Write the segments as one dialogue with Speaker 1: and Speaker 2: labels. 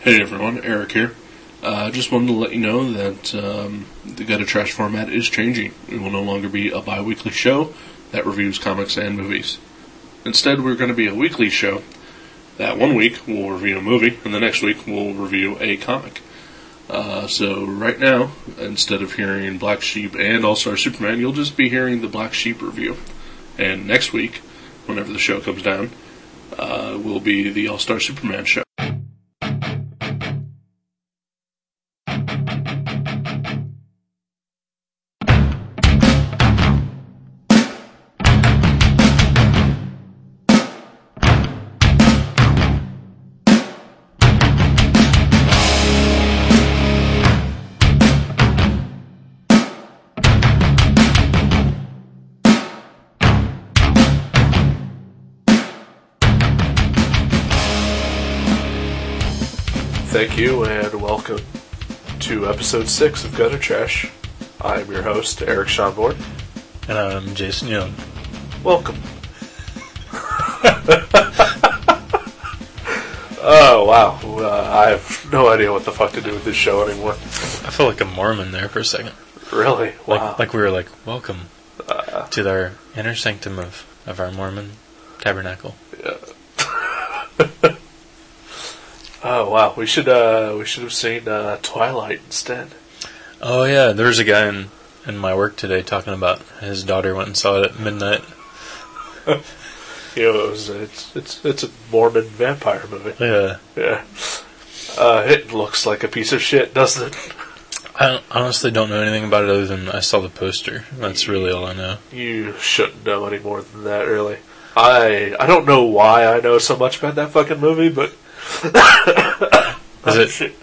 Speaker 1: Hey everyone, Eric here. Uh, just wanted to let you know that um, the Gutter Trash format is changing. It will no longer be a bi weekly show that reviews comics and movies. Instead, we're going to be a weekly show that one week we'll review a movie, and the next week we'll review a comic. Uh, so, right now, instead of hearing Black Sheep and All Star Superman, you'll just be hearing the Black Sheep review. And next week, whenever the show comes down, uh, will be the All Star Superman show. Thank you and welcome to episode six of Gutter Trash. I'm your host, Eric Schonborn.
Speaker 2: And I'm Um, Jason Young.
Speaker 1: Welcome. oh wow, uh, I have no idea what the fuck to do with this show anymore.
Speaker 2: I felt like a Mormon there for a second.
Speaker 1: Really?
Speaker 2: Like,
Speaker 1: Wow.
Speaker 2: like we were like, welcome to our inner sanctum of, of our Mormon tabernacle.
Speaker 1: oh wow, we should uh, we should have seen uh, Twilight instead.
Speaker 2: Oh yeah, there was a guy in, in my work today talking about his daughter went and saw it at midnight.
Speaker 1: You know, it was it's it's it's a Mormon vampire movie.
Speaker 2: Yeah.
Speaker 1: Yeah. Uh, it looks like a piece of shit, doesn't it?
Speaker 2: I don't- honestly don't know anything about it other than I saw the poster. That's really all I know.
Speaker 1: You shouldn't know any more than that, really. I I don't know why I know so much about that fucking movie, but
Speaker 2: Is it-
Speaker 1: Shit.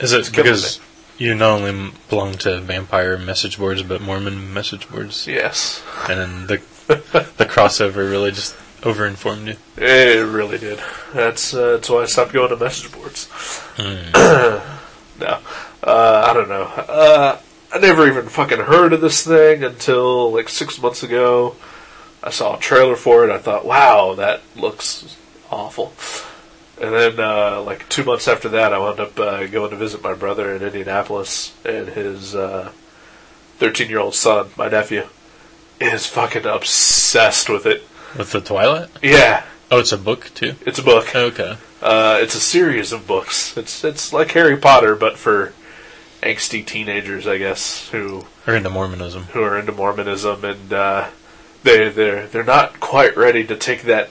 Speaker 2: Is it
Speaker 1: killing
Speaker 2: because you not only belong to vampire message boards, but Mormon message boards?
Speaker 1: Yes,
Speaker 2: And then the, the crossover really just overinformed you?
Speaker 1: it really did. That's uh, that's why I stopped going to message boards.
Speaker 2: Hmm.
Speaker 1: no, uh, I don't know. Uh, I never even fucking heard of this thing until like six months ago. I saw a trailer for it. I thought, wow, that looks awful. And then, uh, like two months after that, I wound up uh, going to visit my brother in Indianapolis and his uh, thirteen-year-old son, my nephew, is fucking obsessed with it.
Speaker 2: With the Twilight?
Speaker 1: Yeah,
Speaker 2: Oh, it's a book too. Oh,
Speaker 1: it's a book.
Speaker 2: Okay.
Speaker 1: Uh, it's a series of books. It's it's like Harry Potter, but for angsty teenagers, I guess, who
Speaker 2: Or into Mormonism.
Speaker 1: who are into Mormonism and uh, they they're they're not quite ready to take that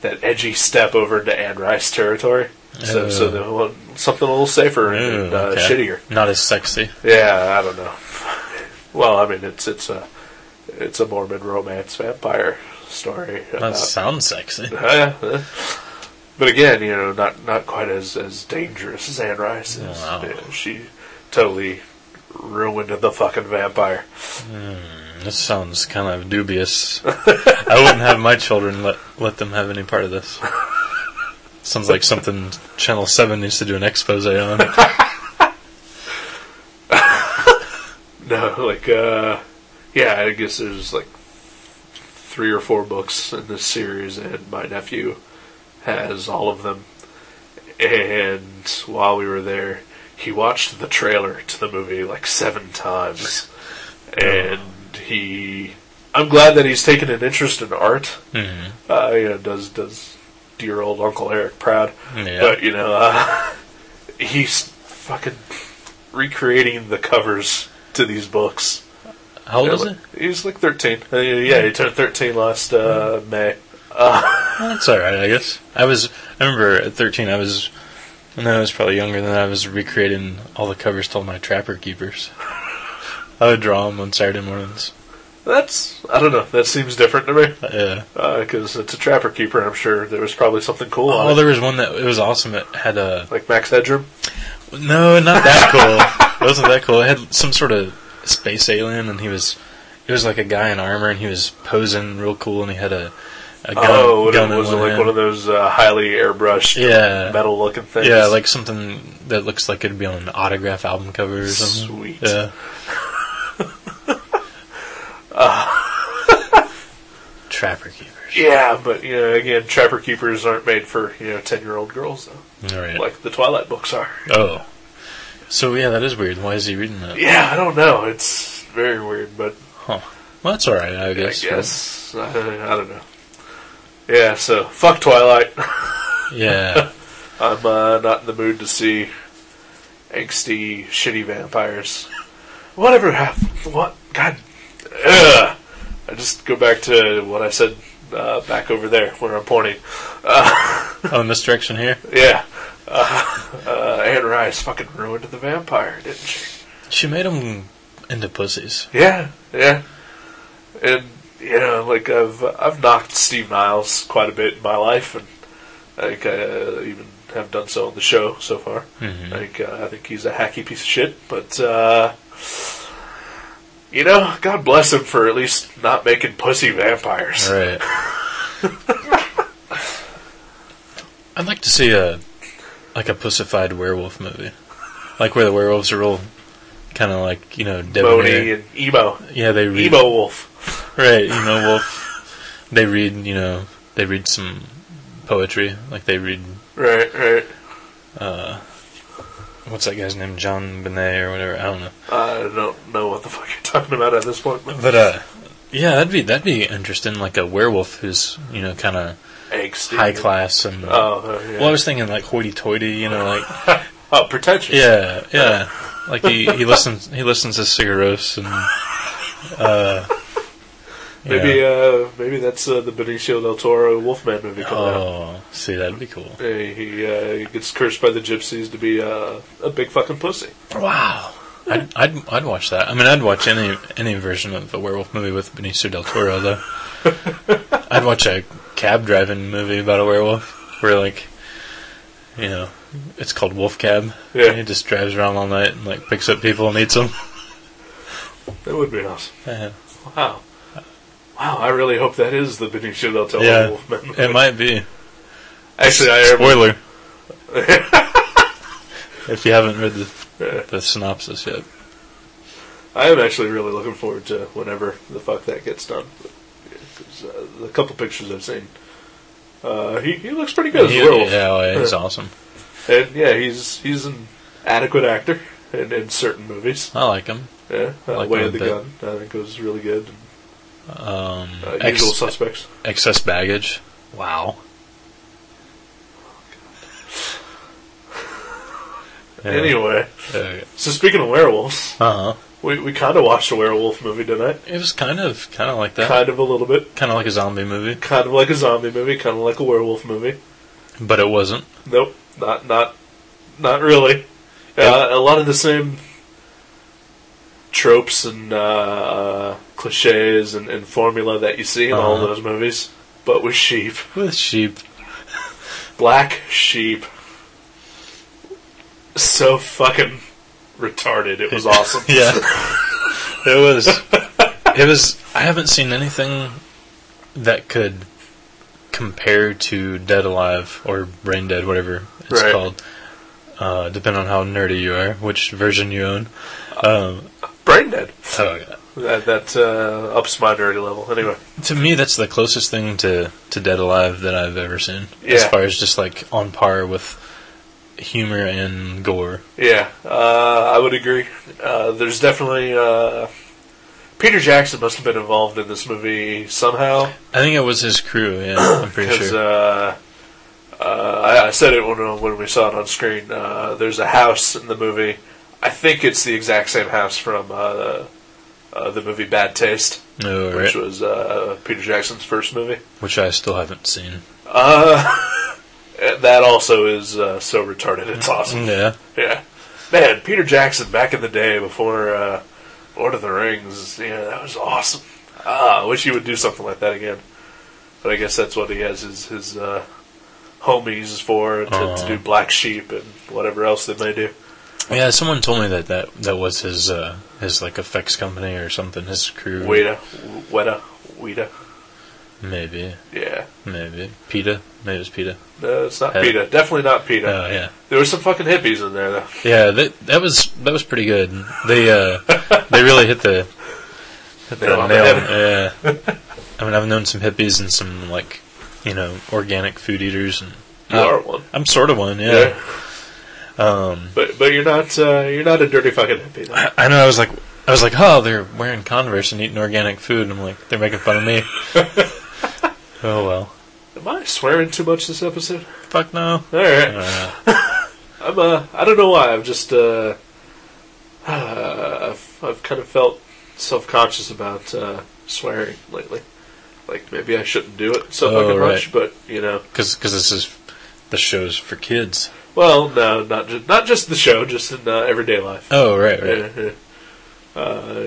Speaker 1: that edgy step over into Anne Rice territory. So so
Speaker 2: Oh.
Speaker 1: they want something a little safer and
Speaker 2: Ooh,
Speaker 1: uh,
Speaker 2: okay.
Speaker 1: shittier.
Speaker 2: Not as sexy.
Speaker 1: Yeah, I don't know. well, I mean, it's it's a it's a Mormon romance vampire story.
Speaker 2: That
Speaker 1: about-
Speaker 2: sounds sexy.
Speaker 1: yeah. yeah. But again, you know, not not quite as as dangerous as Anne Rice is.
Speaker 2: Wow.
Speaker 1: Yeah, she totally ruined the fucking vampire.
Speaker 2: This sounds kind of dubious. I wouldn't have my children let let them have any part of this. Sounds like something Channel Seven needs to do an expose on.
Speaker 1: No, like uh yeah, I guess there's like three or four books in this series and my nephew has all of them. And while we were there, he watched the trailer to the movie like seven times. And he I'm glad that he's taken an interest in art.
Speaker 2: Mhm.
Speaker 1: Uh, you know, does does dear old Uncle Eric proud.
Speaker 2: Yeah.
Speaker 1: But you know, uh, he's fucking recreating the covers to these books.
Speaker 2: How old is
Speaker 1: Yeah,
Speaker 2: it?
Speaker 1: like- He's like thirteen. Uh, yeah, he turned thirteen last uh,
Speaker 2: Hmm.
Speaker 1: May.
Speaker 2: That's Oh, all right, I guess. I was. I remember at thirteen, I was. No, I was probably younger than that. I was recreating all the covers to all my Trapper Keepers. I would draw them on Saturday mornings.
Speaker 1: That's I don't know. That seems different to me
Speaker 2: Yeah.
Speaker 1: because it's a trapper keeper. I'm sure there was probably something cool
Speaker 2: Oh,
Speaker 1: on it,
Speaker 2: there was one that it was awesome. It had a
Speaker 1: like Max Headroom.
Speaker 2: no, not that cool. it wasn't that cool. It had some sort of space alien, and he was it was like a guy in armor, and he was posing real cool, and he had a a gun.
Speaker 1: oh, what
Speaker 2: gun in
Speaker 1: was it
Speaker 2: one
Speaker 1: like
Speaker 2: hand.
Speaker 1: one of those uh, highly airbrushed,
Speaker 2: Yeah.
Speaker 1: metal looking things?
Speaker 2: Yeah, like something that looks like it'd be on an autograph album cover or something.
Speaker 1: Sweet.
Speaker 2: Yeah.
Speaker 1: Uh.
Speaker 2: Trapper Keepers.
Speaker 1: Yeah, but you know, again, Trapper Keepers aren't made for you know ten year old girls though,
Speaker 2: All right.
Speaker 1: like the Twilight books are.
Speaker 2: oh. So yeah, that is weird. Why is he reading that?
Speaker 1: Yeah, I don't know. It's very weird, but
Speaker 2: Well, that's all right, I
Speaker 1: I
Speaker 2: guess.
Speaker 1: guess, I, I don't know. Yeah, so fuck Twilight.
Speaker 2: but- yeah.
Speaker 1: I'm uh, not in the mood to see angsty, shitty vampires. Whatever happened? What? God. Ugh. I just go back to what I said uh, back over there where I'm pointing.
Speaker 2: oh, in this direction here.
Speaker 1: Yeah. Uh, uh, Anne Rice fucking ruined the vampire, didn't she?
Speaker 2: She made him into pussies.
Speaker 1: Yeah, yeah. And you know, like I've I've knocked Steve Niles quite a bit in my life, and I think I uh, even have done so on the show so far. I
Speaker 2: Mm-hmm.
Speaker 1: think uh, I think he's a hacky piece of shit, but uh, you know, God bless him for at least not making pussy vampires.
Speaker 2: All right. I'd like to see a like a pussified werewolf movie, like where the werewolves are all kind of like you know
Speaker 1: Boney
Speaker 2: debonair.
Speaker 1: and emo,
Speaker 2: Yeah, they read
Speaker 1: emo wolf.
Speaker 2: right. You know, wolf. They read you know they read some poetry, like they read
Speaker 1: Right, right.
Speaker 2: uh, what's that guy's name, John Binet or whatever. I don't know.
Speaker 1: I don't know what the fuck you're talking about at this point. But
Speaker 2: But uh, yeah, that'd be that'd be interesting. Like a werewolf who's you know kind of
Speaker 1: angsty,
Speaker 2: high class and.
Speaker 1: Oh, uh, yeah.
Speaker 2: Well, I was thinking like hoity-toity, you know, like
Speaker 1: oh, pretentious.
Speaker 2: yeah, yeah. Like he, he listens he listens to cigarettes and uh, you
Speaker 1: Maybe
Speaker 2: know.
Speaker 1: uh, maybe that's uh, the Benicio del Toro Wolfman movie coming out.
Speaker 2: oh, see that'd be cool.
Speaker 1: Uh, He, uh, he gets cursed by the gypsies to be uh, a big fucking pussy.
Speaker 2: Wow, I'd, I'd I'd watch that. I mean, I'd watch any any version of a werewolf movie with Benicio del Toro though. I'd watch a cab driving movie about a werewolf where like, you know, it's called Wolf Cab.
Speaker 1: Yeah.
Speaker 2: And he just drives around all night and like picks up people and eats them.
Speaker 1: That would be awesome.
Speaker 2: Yeah.
Speaker 1: Wow. Wow, I really hope that is the Benicio del Toro
Speaker 2: Yeah.
Speaker 1: Wolfman.
Speaker 2: It might be.
Speaker 1: Actually, I remember.
Speaker 2: Spoiler. if you haven't read the, the synopsis yet.
Speaker 1: I am uh, actually really looking forward to whenever the fuck that gets done. But, yeah, 'cause, uh, the couple pictures I've seen, uh, he, he looks pretty good as
Speaker 2: He-
Speaker 1: a werewolf.
Speaker 2: yeah, oh, yeah, he's
Speaker 1: Yeah.
Speaker 2: awesome.
Speaker 1: And yeah, he's he's an adequate actor in, in certain movies.
Speaker 2: I like him.
Speaker 1: Yeah, uh,
Speaker 2: Like
Speaker 1: Way
Speaker 2: him a
Speaker 1: of the
Speaker 2: bit.
Speaker 1: Gun, I think was really good.
Speaker 2: Um,
Speaker 1: Uh,
Speaker 2: ex-
Speaker 1: Usual Suspects.
Speaker 2: excess baggage. Wow. Yeah.
Speaker 1: Anyway,
Speaker 2: Uh
Speaker 1: so speaking of werewolves,
Speaker 2: huh.
Speaker 1: we, we kind of watched a werewolf movie tonight.
Speaker 2: Uh-huh. It was kind of kind of like that.
Speaker 1: Kind of a little bit.
Speaker 2: Kind of like a zombie movie,
Speaker 1: Kind of like a zombie movie, kind of like a werewolf movie.
Speaker 2: but it wasn't.
Speaker 1: Nope, not not not really. Uh, a lot of the same tropes and uh, cliches and, and formula that you see in all
Speaker 2: Uh-huh.
Speaker 1: those movies, but with sheep,
Speaker 2: With sheep.
Speaker 1: black sheep. So fucking retarded. It was awesome.
Speaker 2: yeah. It was. It was. I haven't seen anything that could compare to Dead Alive or Brain Dead, whatever it's
Speaker 1: Right.
Speaker 2: called. Uh, depending on how nerdy you are, which version you own. Um,
Speaker 1: Brain dead.
Speaker 2: oh, yeah.
Speaker 1: That, that uh, ups my nerdy level. Anyway,
Speaker 2: To me, that's the closest thing to, to Dead Alive that I've ever seen. As
Speaker 1: Yeah.
Speaker 2: far as just like on par with humor and gore.
Speaker 1: yeah, uh, I would agree. Uh, there's definitely. Uh, Peter Jackson must have been involved in this movie somehow.
Speaker 2: I think it was his crew, yeah, I'm pretty
Speaker 1: Because
Speaker 2: sure.
Speaker 1: uh, uh, I, I said it when, when we saw it on screen. Uh, there's a house in the movie. I think it's the exact same house from uh, uh, the movie Bad Taste,
Speaker 2: No, Oh, right?
Speaker 1: which was uh, Peter Jackson's first movie.
Speaker 2: Which I still haven't seen.
Speaker 1: Uh, that also is uh, so retarded. It's awesome.
Speaker 2: Yeah.
Speaker 1: Yeah, man, Peter Jackson back in the day before uh, Lord of the Rings. Yeah, that was awesome. Ah, I wish he would do something like that again. But I guess that's what he has his his uh, homies for to,
Speaker 2: Uh-huh.
Speaker 1: to do Black Sheep and whatever else they may do.
Speaker 2: Yeah, someone told me that that, that was his uh, his like effects company or something. His crew,
Speaker 1: Weta, Weta, Weta.
Speaker 2: maybe,
Speaker 1: Yeah,
Speaker 2: maybe Peta, maybe it's Peta.
Speaker 1: no, it's not
Speaker 2: Uh,
Speaker 1: Peta. Definitely not Peta.
Speaker 2: Oh yeah,
Speaker 1: There were some fucking hippies in there though.
Speaker 2: yeah. That that was that was pretty good. They uh, they really hit the hit the
Speaker 1: Nail
Speaker 2: nail.
Speaker 1: on the
Speaker 2: Yeah, I mean, I've known some hippies and some like, you know, organic food eaters, and
Speaker 1: You
Speaker 2: I-
Speaker 1: are one.
Speaker 2: I'm sort of one. Oh. Yeah. Um,
Speaker 1: But but you're not uh, you're not a dirty fucking hippie. Though.
Speaker 2: I, I know. I was like, I was like, oh, they're wearing Converse and eating organic food. And I'm like, they're making fun of me. oh well.
Speaker 1: Am I swearing too much this episode?
Speaker 2: Fuck no.
Speaker 1: All right.
Speaker 2: Uh,
Speaker 1: I'm uh, I don't know why. I've just uh, I've, I've kind of felt self conscious about uh, swearing lately. Like maybe I shouldn't do it so
Speaker 2: Oh,
Speaker 1: fucking
Speaker 2: right.
Speaker 1: much, but you know,
Speaker 2: Because this is the show's for kids.
Speaker 1: well, no, not just not just the show, just in uh, everyday life.
Speaker 2: Oh right, right.
Speaker 1: Yeah, yeah. Uh,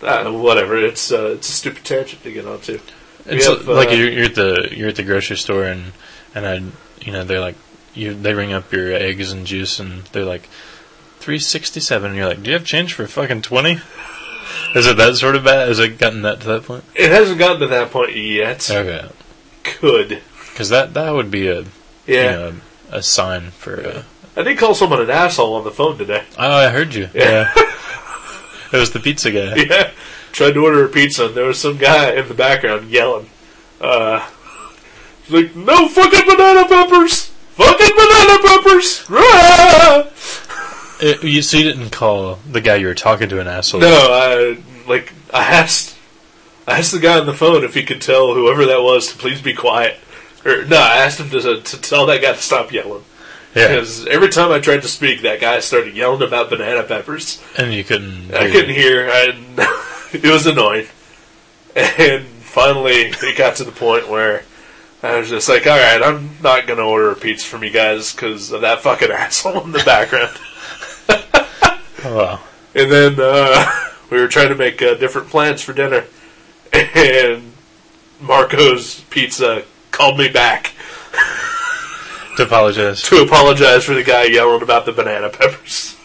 Speaker 1: yeah, uh, whatever. It's uh, it's a stupid tangent to get onto. We
Speaker 2: It's
Speaker 1: have,
Speaker 2: like
Speaker 1: uh,
Speaker 2: you're, you're at the you're at the grocery store and and I you know they're like you they ring up your eggs and juice and they're like three sixty seven and you're like do you have change for fucking twenty? Is it that sort of bad? Has it gotten that to that point?
Speaker 1: It hasn't gotten to that point yet.
Speaker 2: Okay,
Speaker 1: Could
Speaker 2: because that that would be a
Speaker 1: yeah.
Speaker 2: you know, a sign for. Uh,
Speaker 1: I did call someone an asshole on the phone today.
Speaker 2: oh, I heard you.
Speaker 1: Yeah.
Speaker 2: Yeah, it was the pizza guy.
Speaker 1: yeah. Tried to order a pizza, and there was some guy in the background yelling. Uh, he's like, no fucking banana peppers! Fucking banana peppers! Rah!"
Speaker 2: It- Uh, you so you didn't call the guy you were talking to an asshole.
Speaker 1: No, I, like, I asked, I asked the guy on the phone if he could tell whoever that was to please be quiet. Or, no, I asked him to, to tell that guy to stop yelling.
Speaker 2: Yeah,
Speaker 1: Because every time I tried to speak, that guy started yelling about banana peppers.
Speaker 2: and you couldn't.
Speaker 1: I couldn't hear. I, it was annoying. And finally, it got to the point where I was just like, all right, I'm not going to order a pizza from you guys because of that fucking asshole in the background.
Speaker 2: Oh, wow.
Speaker 1: and then uh, we were trying to make uh, different plans for dinner. And Marco's Pizza called me back
Speaker 2: To apologize.
Speaker 1: to apologize for the guy yelling about the banana peppers.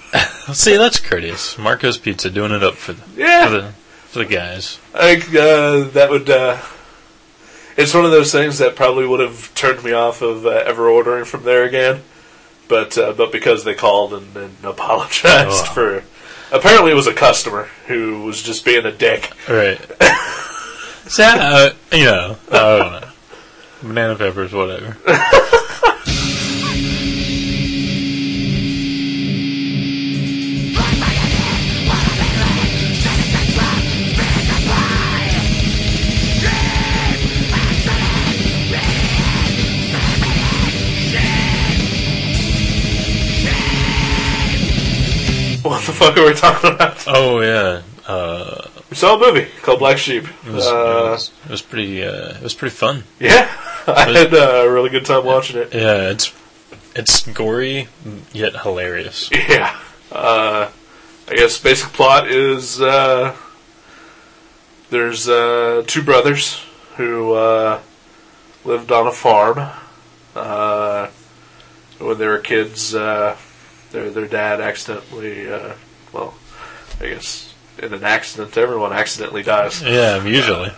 Speaker 2: See, that's courteous. Marco's Pizza doing it up for the
Speaker 1: Yeah.
Speaker 2: for the, for the guys.
Speaker 1: I think uh, that would. Uh, it's one of those things that probably would have turned me off of uh, ever ordering from there again, but uh, but because they called and, and apologized
Speaker 2: Oh.
Speaker 1: for. Apparently, it was a customer who was just being a dick.
Speaker 2: All right. See, I, uh, you know, I don't know. Banana peppers, whatever.
Speaker 1: What the fuck are we talking about?
Speaker 2: Oh yeah. Uh,
Speaker 1: We saw a movie called Black Sheep.
Speaker 2: it, was, it,
Speaker 1: Uh,
Speaker 2: was, it was pretty. Uh, it was pretty fun.
Speaker 1: yeah, I had uh, a really good time watching it.
Speaker 2: Yeah, it's it's gory yet hilarious.
Speaker 1: Yeah. Uh, I guess basic plot is uh, there's uh, two brothers who uh, lived on a farm. Uh, when they were kids, uh, their their dad accidentally, uh, well, I guess in an accident, everyone accidentally dies.
Speaker 2: Yeah, usually.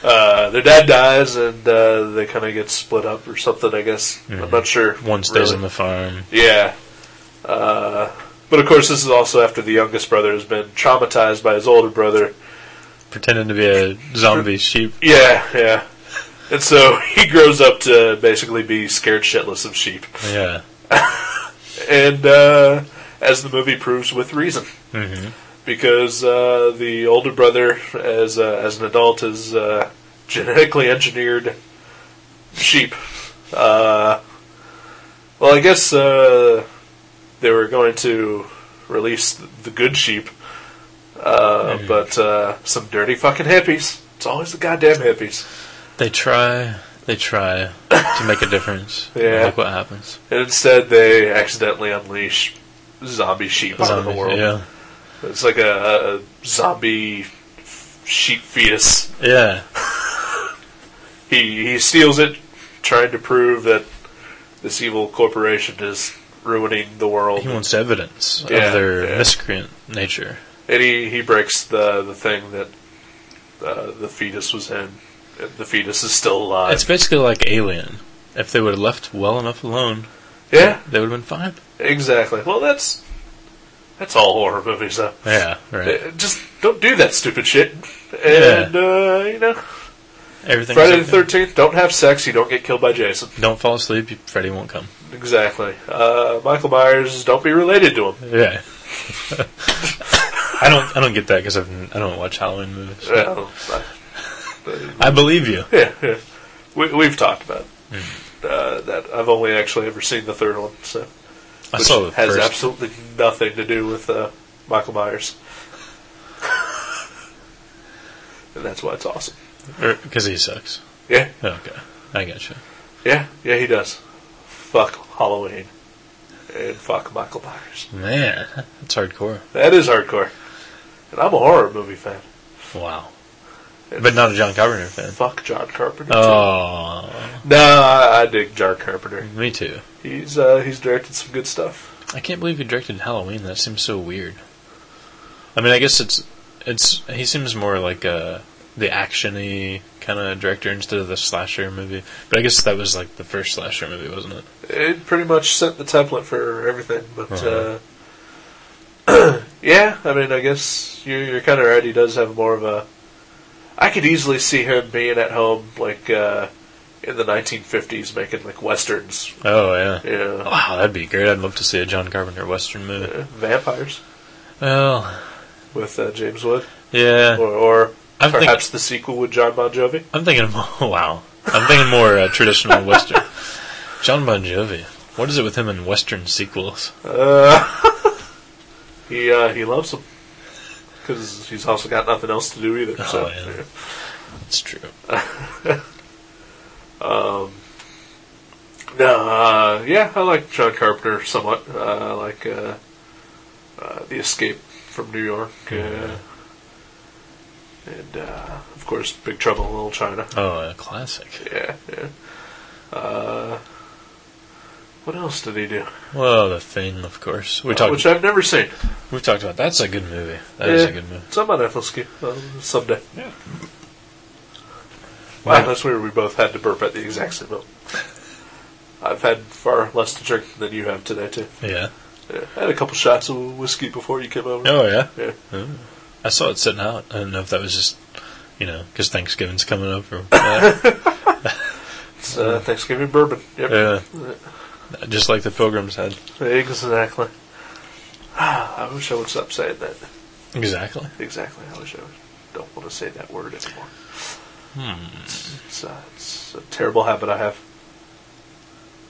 Speaker 1: Uh, their dad dies, and uh, they kind of get split up or something. I guess I'm not sure.
Speaker 2: Mm-hmm. One stays
Speaker 1: really.
Speaker 2: on the farm.
Speaker 1: Yeah. Uh, but of course, this is also after the youngest brother has been traumatized by his older brother.
Speaker 2: pretending to be a zombie sheep.
Speaker 1: Yeah, yeah. And so he grows up to basically be scared shitless of sheep.
Speaker 2: Yeah.
Speaker 1: And uh, as the movie proves, with reason.
Speaker 2: hmm
Speaker 1: Because uh, the older brother, as, uh, as an adult, is uh, genetically engineered sheep. Uh, well, I guess uh, they were going to release th- the good sheep, uh, but uh, some dirty fucking hippies. It's always the goddamn hippies.
Speaker 2: They try. They try to make a difference.
Speaker 1: Yeah.
Speaker 2: Look what happens.
Speaker 1: And instead, they accidentally unleash zombie sheep onto
Speaker 2: Zombie-
Speaker 1: the world.
Speaker 2: Yeah.
Speaker 1: It's like a, a zombie f- sheep fetus.
Speaker 2: Yeah.
Speaker 1: He he steals it, trying to prove that this evil corporation is ruining the world.
Speaker 2: He wants evidence
Speaker 1: Yeah,
Speaker 2: of their
Speaker 1: yeah. miscreant
Speaker 2: miscreant nature.
Speaker 1: And he, he breaks the, the thing that uh, the fetus was in. And The fetus is still alive.
Speaker 2: It's basically like Alien. If they would have left well enough alone,
Speaker 1: yeah,
Speaker 2: they would have been fine.
Speaker 1: exactly. Well, that's That's all horror movies, though.
Speaker 2: Yeah, right.
Speaker 1: Uh, Just don't do that stupid shit. And, uh, you know,
Speaker 2: Everything.
Speaker 1: Friday the 13th, don't have sex, you don't get killed by Jason.
Speaker 2: Don't fall asleep. you- Freddy won't come.
Speaker 1: Exactly. Uh, Michael Myers, don't be related to him.
Speaker 2: Yeah. I don't. I don't get that because I don't watch Halloween movies.
Speaker 1: Well, I-
Speaker 2: I believe you.
Speaker 1: yeah, yeah. We, we've talked about
Speaker 2: Mm-hmm.
Speaker 1: uh, that. I've only actually ever seen the third one, so
Speaker 2: I
Speaker 1: which
Speaker 2: saw the
Speaker 1: has
Speaker 2: first.
Speaker 1: absolutely nothing to do with uh, Michael Myers, and that's why it's awesome.
Speaker 2: Because er, he sucks.
Speaker 1: Yeah,
Speaker 2: Okay, I got you.
Speaker 1: yeah, yeah. He does. Fuck Halloween, and fuck Michael Myers.
Speaker 2: Man, that's hardcore.
Speaker 1: That is hardcore, and I'm a horror movie fan.
Speaker 2: Wow. But not a John Carpenter fan.
Speaker 1: Fuck John Carpenter.
Speaker 2: Oh,
Speaker 1: too. No, I, I dig John Carpenter.
Speaker 2: me too.
Speaker 1: He's uh, he's directed some good stuff.
Speaker 2: I can't believe he directed Halloween. That seems so weird. I mean, I guess it's it's he seems more like uh the actiony kind of director instead of the slasher movie. But I guess that was like the first slasher movie, wasn't it?
Speaker 1: it pretty much set the template for everything. But
Speaker 2: Uh-huh.
Speaker 1: uh yeah, I mean, I guess you, you're kind of right. He does have more of a. I could easily see him being at home, like uh, in the 1950s, making like westerns,
Speaker 2: Oh yeah.
Speaker 1: you know,
Speaker 2: Wow, that'd be great. I'd love to see a John Carpenter western movie.
Speaker 1: uh, vampires
Speaker 2: Well,
Speaker 1: with uh, James Wood,
Speaker 2: yeah.
Speaker 1: or, or
Speaker 2: I'm thinking-
Speaker 1: perhaps the sequel with John Bon Jovi.
Speaker 2: I'm thinking. Wow, I'm thinking more uh, traditional western. John Bon Jovi. What is it with him in western sequels?
Speaker 1: Uh, he uh, he loves them because he's also got nothing else to do either. so.
Speaker 2: Oh, yeah. It's true.
Speaker 1: No, uh, yeah, I like John Carpenter somewhat. Uh, I like uh, uh, The Escape from New York, uh, and uh, of course, Big Trouble in Little China.
Speaker 2: Oh, a classic.
Speaker 1: Yeah, yeah. Uh, what else did he do?
Speaker 2: Well, The Thing, of course. We talked.
Speaker 1: Which I've never seen.
Speaker 2: we've talked about. That's a good movie. That is
Speaker 1: Yeah,
Speaker 2: a good movie.
Speaker 1: It's on my Netflix queue, uh, someday.
Speaker 2: Yeah.
Speaker 1: Wow, that's weird. We both had to burp at the exact same moment. I've had far less to drink than you have today too.
Speaker 2: Yeah.
Speaker 1: Yeah. I had a couple shots of whiskey before you came over.
Speaker 2: Oh yeah.
Speaker 1: Yeah.
Speaker 2: Oh. I saw it sitting out. I don't know if that was just, you know, because Thanksgiving's coming up. Or, uh,
Speaker 1: It's uh, Thanksgiving bourbon. Yep.
Speaker 2: yeah. Just like the Pilgrims had.
Speaker 1: Exactly. I wish I would stop saying that.
Speaker 2: Exactly.
Speaker 1: Exactly. I wish I would- don't want to say that word anymore. It's, it's, uh, it's a terrible habit I have.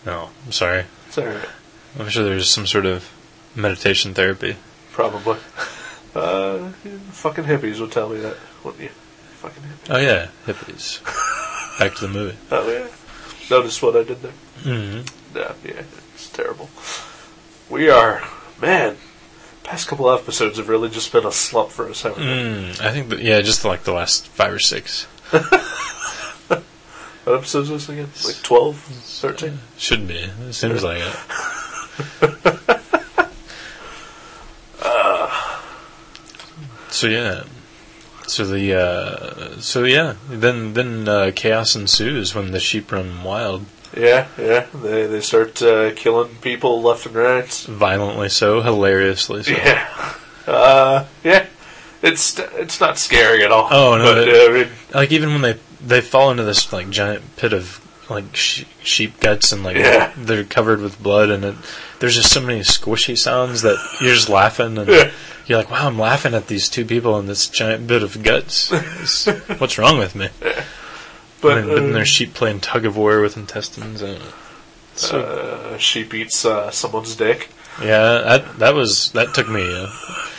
Speaker 2: No, Oh, I'm sorry.
Speaker 1: It's all right.
Speaker 2: I'm sure there's some sort of meditation therapy.
Speaker 1: Probably. Uh, fucking hippies would tell me that, wouldn't you? Fucking hippies.
Speaker 2: Oh yeah, hippies. Back to the movie.
Speaker 1: Oh, yeah. Notice what I did there?
Speaker 2: hmm
Speaker 1: No, yeah. It's terrible. We are, man, past couple episodes have really just been a slump for us, haven't they?
Speaker 2: Mm, I think that, yeah, just like the last five or six
Speaker 1: What episodes was this again? Like 12? 13?
Speaker 2: should be. It seems like it. So yeah, so the uh, so yeah, then then uh, chaos ensues when the sheep run wild,
Speaker 1: Yeah, yeah. They they start uh, killing people left and right.
Speaker 2: violently so, hilariously so.
Speaker 1: Yeah, uh, yeah. It's it's not scary at all.
Speaker 2: Oh, no,
Speaker 1: But,
Speaker 2: it-
Speaker 1: uh, I mean,
Speaker 2: Like even when they they fall into this like giant pit of like sh- sheep guts and like
Speaker 1: Yeah.
Speaker 2: they're covered with blood and it, there's just so many squishy sounds that you're just laughing and
Speaker 1: Yeah.
Speaker 2: you're like, wow, I'm laughing at these two people and this giant bit of guts. It's- what's wrong with me?
Speaker 1: but,
Speaker 2: and then, but then
Speaker 1: uh,
Speaker 2: there's sheep playing tug of war with intestines. And, so
Speaker 1: uh, sheep eats uh, someone's dick.
Speaker 2: yeah, that that was that took me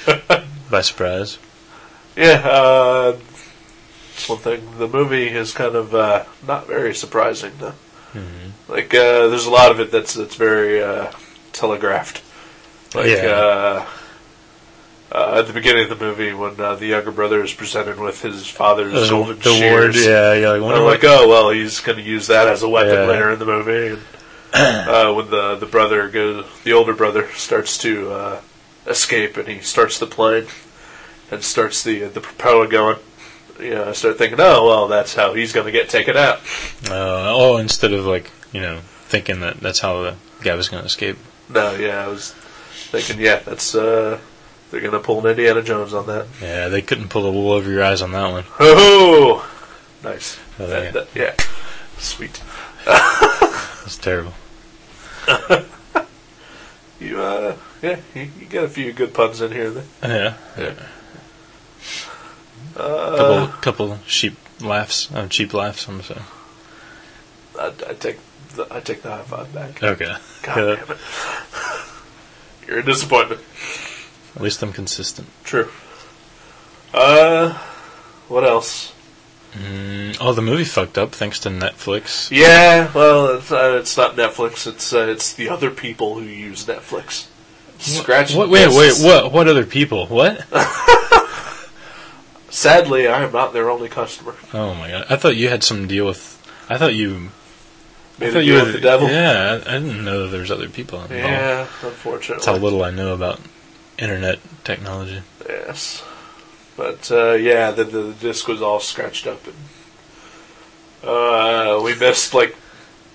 Speaker 2: uh, by surprise.
Speaker 1: Yeah. Uh, that's one thing. The movie is kind of uh, not very surprising though.
Speaker 2: Hmm.
Speaker 1: Like uh, there's a lot of it that's that's very uh, telegraphed. Like
Speaker 2: Yeah.
Speaker 1: uh, uh, at the beginning of the movie, when uh, the younger brother is presented with his father's
Speaker 2: The,
Speaker 1: golden
Speaker 2: the ward,
Speaker 1: shears,
Speaker 2: yeah, yeah. Like,
Speaker 1: and
Speaker 2: wonder
Speaker 1: I'm
Speaker 2: what,
Speaker 1: like, oh well, he's going to use that as a weapon
Speaker 2: Yeah.
Speaker 1: later in the movie. And, uh, when the the brother goes, the older brother starts to uh, escape, and he starts the plane and starts the the propeller going. You know, I start thinking, oh well, that's how he's going to get taken out.
Speaker 2: Uh, oh, instead of like you know thinking that that's how the guy was going to escape.
Speaker 1: No, yeah, I was thinking, yeah, that's uh, They're gonna pull an Indiana Jones on that.
Speaker 2: Yeah, they couldn't pull the wool over your eyes on that one.
Speaker 1: Oh, nice.
Speaker 2: Oh,
Speaker 1: That-
Speaker 2: yeah.
Speaker 1: that- yeah, sweet.
Speaker 2: That's terrible.
Speaker 1: You uh, yeah, you, you got a few good puns in here. and there.
Speaker 2: Yeah. Couple,
Speaker 1: Uh,
Speaker 2: couple sheep laughs. Um, cheap laughs. I'm sorry.
Speaker 1: I, I take the I take the high five back.
Speaker 2: Okay.
Speaker 1: God damn it! You're a disappointment.
Speaker 2: At least I'm consistent.
Speaker 1: True. Uh, what else?
Speaker 2: Mm, oh, the movie fucked up thanks to Netflix.
Speaker 1: Yeah, well, it's, uh, it's not Netflix. It's uh, it's the other people who use Netflix. Scratch.
Speaker 2: What, wait, wait.
Speaker 1: this.
Speaker 2: What? What other people? What?
Speaker 1: Sadly, I am not their only customer.
Speaker 2: Oh my god! I thought you had some deal with. I thought you. I
Speaker 1: Made
Speaker 2: thought
Speaker 1: a deal
Speaker 2: were
Speaker 1: with the devil.
Speaker 2: Yeah, I, I didn't know that there was other people involved.
Speaker 1: Yeah,
Speaker 2: That's how
Speaker 1: unfortunately.
Speaker 2: little I know about internet technology.
Speaker 1: Yes, but uh, yeah, the, the the disc was all scratched up, and uh, we missed like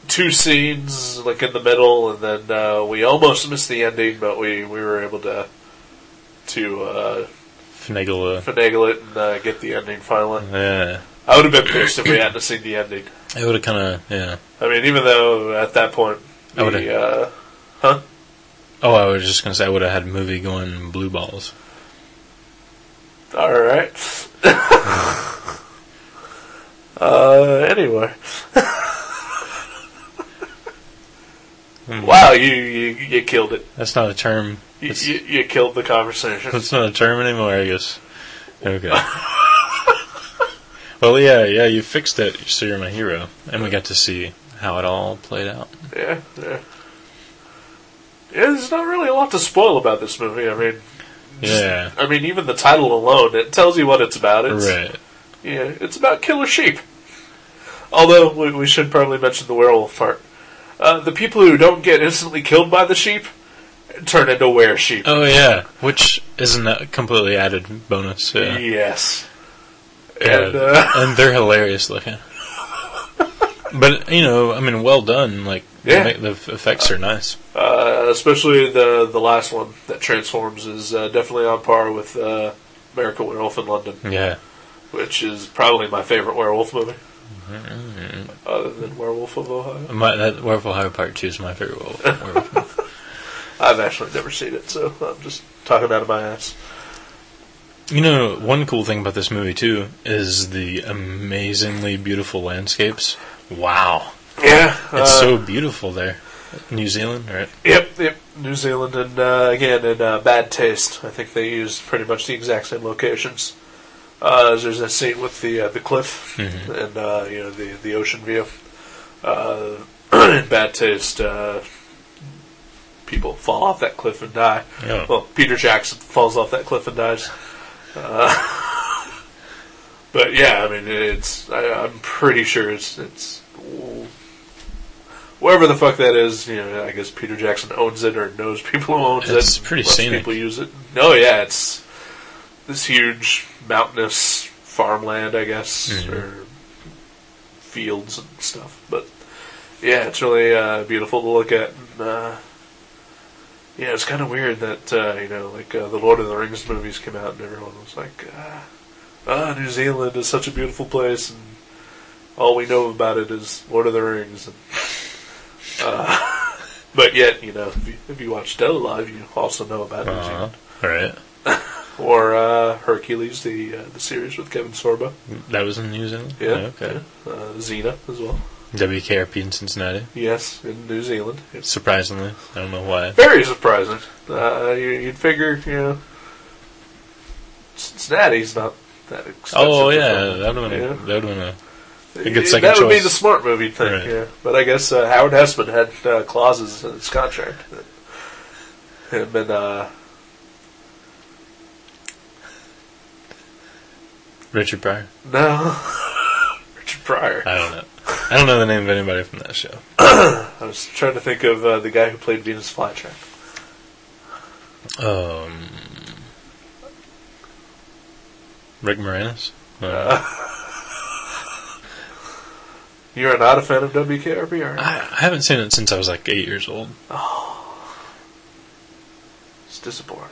Speaker 1: two scenes, like in the middle, and then uh, we almost missed the ending, but we we were able to to uh,
Speaker 2: Finagle.
Speaker 1: finagle it and uh, get the ending finally.
Speaker 2: Uh, yeah,
Speaker 1: I would have been pissed if we hadn't seen the ending.
Speaker 2: it would have kind of yeah.
Speaker 1: I mean, even though at that point,
Speaker 2: I would've-
Speaker 1: the, uh,
Speaker 2: Oh, I was just gonna say I would have had movie going blue balls.
Speaker 1: all right. uh, anyway, wow, you you, you killed it.
Speaker 2: That's not a term.
Speaker 1: You,
Speaker 2: It's-
Speaker 1: you, you killed the conversation.
Speaker 2: That's not a term anymore, I guess. Okay. well, yeah, yeah, you fixed it, so you're my hero, and we got to see how it all played out.
Speaker 1: Yeah, yeah. Yeah, there's not really a lot to spoil about this movie. I mean, just-
Speaker 2: Yeah,
Speaker 1: I mean, even the title alone, it tells you what it's about. It's,
Speaker 2: right.
Speaker 1: Yeah, it's about killer sheep. Although we, we should probably mention the werewolf part. Uh, the people who don't get instantly killed by the sheep turn into were sheep.
Speaker 2: Oh yeah, which isn't a completely added bonus. Oh, Yeah,
Speaker 1: Yes.
Speaker 2: Yeah,
Speaker 1: And uh,
Speaker 2: and they're hilarious looking. But you know, I mean, well done. Like,
Speaker 1: Yeah.
Speaker 2: the, ma- the effects are nice.
Speaker 1: uh, especially the the last one that transforms is uh, definitely on par with uh, American Werewolf in London,
Speaker 2: Yeah,
Speaker 1: which is probably my favorite werewolf movie, other than Werewolf of Ohio.
Speaker 2: Mm-hmm. my, that Werewolf High Part Two is my favorite. Werewolf- werewolf. movie.
Speaker 1: I've actually never seen it, so I'm just talking out of my ass.
Speaker 2: You know, one cool thing about this movie too is the amazingly beautiful landscapes. Wow,
Speaker 1: Yeah, uh,
Speaker 2: it's so beautiful there, New Zealand, right?
Speaker 1: Yep, yep. New Zealand and uh, again in uh, bad taste. I think they used pretty much the exact same locations. Uh, there's that scene with the uh, the cliff
Speaker 2: Mm-hmm.
Speaker 1: and uh, you know the the ocean view. Uh, in bad taste, uh, people fall off that cliff and die.
Speaker 2: Yeah.
Speaker 1: Well, Peter Jackson falls off that cliff and dies. Uh, but yeah, I mean, it's I, I'm pretty sure it's it's wherever the fuck that is. You know, I guess Peter Jackson owns it or knows people who owns it.
Speaker 2: It's pretty
Speaker 1: lets
Speaker 2: scenic.
Speaker 1: People use it. No, yeah, it's this huge mountainous farmland, I guess,
Speaker 2: Mhm.
Speaker 1: or fields and stuff. But yeah, it's really uh, beautiful to look at. And, uh, yeah, it's kind of weird that uh, you know, like uh, the Lord of the Rings movies came out, and everyone was like, uh, "Ah, New Zealand is such a beautiful place," and all we know about it is Lord of the Rings. And, uh, but yet, you know, if you, if you watch Dead Alive, you also know about New
Speaker 2: Uh-huh.
Speaker 1: Zealand.
Speaker 2: All right,
Speaker 1: Or uh, Hercules, the uh, the series with Kevin Sorbo.
Speaker 2: that was in New Zealand.
Speaker 1: Yeah.
Speaker 2: okay.
Speaker 1: yeah. Uh, Xena as well.
Speaker 2: WKRP in Cincinnati.
Speaker 1: Yes, in New Zealand. It's
Speaker 2: Surprisingly, I don't know why.
Speaker 1: very surprising. Uh, you, you'd figure, you know, Cincinnati's not that expensive.
Speaker 2: Oh
Speaker 1: to
Speaker 2: yeah,
Speaker 1: film.
Speaker 2: that would
Speaker 1: Yeah.
Speaker 2: have that would have a good
Speaker 1: It-
Speaker 2: second
Speaker 1: that would be
Speaker 2: choice.
Speaker 1: the smart movie thing,
Speaker 2: Right.
Speaker 1: yeah. But I guess uh, Howard Hessman had uh, clauses in his contract. that Him and uh,
Speaker 2: Richard Pryor.
Speaker 1: no, Richard Pryor.
Speaker 2: I don't know. I don't know the name of anybody from that show.
Speaker 1: I was trying to think of uh, the guy who played Venus Flytrap.
Speaker 2: Um, Rick Moranis. Uh,
Speaker 1: Uh, You're not a fan of WKRP, are you?
Speaker 2: I, I haven't seen it since I was like eight years old.
Speaker 1: It's disappointing.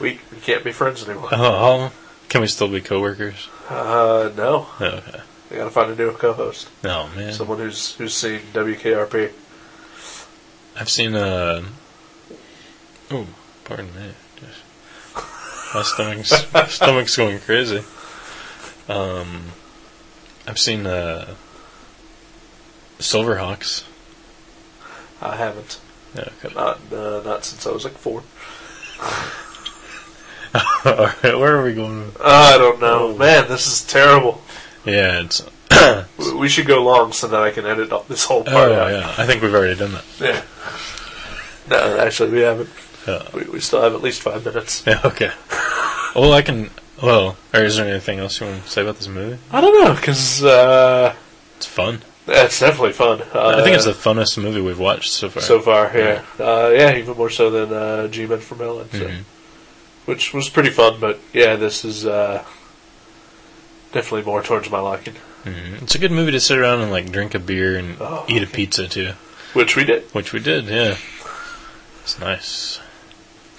Speaker 1: We, we can't be friends anymore.
Speaker 2: Oh, can we still be coworkers?
Speaker 1: Uh, no.
Speaker 2: Oh, okay.
Speaker 1: We gotta find a new co-host.
Speaker 2: No man.
Speaker 1: Someone who's who's seen WKRP.
Speaker 2: I've seen uh Oh, pardon me. Just, my stomach's my stomach's going crazy. Um, I've seen uh Silverhawks.
Speaker 1: I haven't.
Speaker 2: Yeah, okay.
Speaker 1: Not uh, not since I was like four.
Speaker 2: All right, where are we going? with-
Speaker 1: Uh, I don't know,
Speaker 2: Oh.
Speaker 1: man. This is terrible.
Speaker 2: Yeah, it's
Speaker 1: We- We should go long so that I can edit all- this whole part
Speaker 2: oh
Speaker 1: out.
Speaker 2: yeah. I think we've already done that.
Speaker 1: Yeah. No, actually, we haven't.
Speaker 2: Yeah.
Speaker 1: We, we still have at least five minutes.
Speaker 2: Yeah, okay. Well, I can. Well, or is there anything else you want to say about this movie?
Speaker 1: I don't know, because uh,
Speaker 2: It's fun.
Speaker 1: that's definitely fun. Uh,
Speaker 2: I think it's the funnest movie we've watched so far.
Speaker 1: so far. Yeah, Mm-hmm. Uh, yeah, even more so than uh, G Men from Ellen, so.
Speaker 2: Mhm.
Speaker 1: which was pretty fun. But yeah, this is uh, definitely more towards my liking,
Speaker 2: Mhm. It's a good movie to sit around and like drink a beer and
Speaker 1: Oh,
Speaker 2: eat a
Speaker 1: okay.
Speaker 2: pizza too,
Speaker 1: which we did.
Speaker 2: which we did. Yeah, it's nice.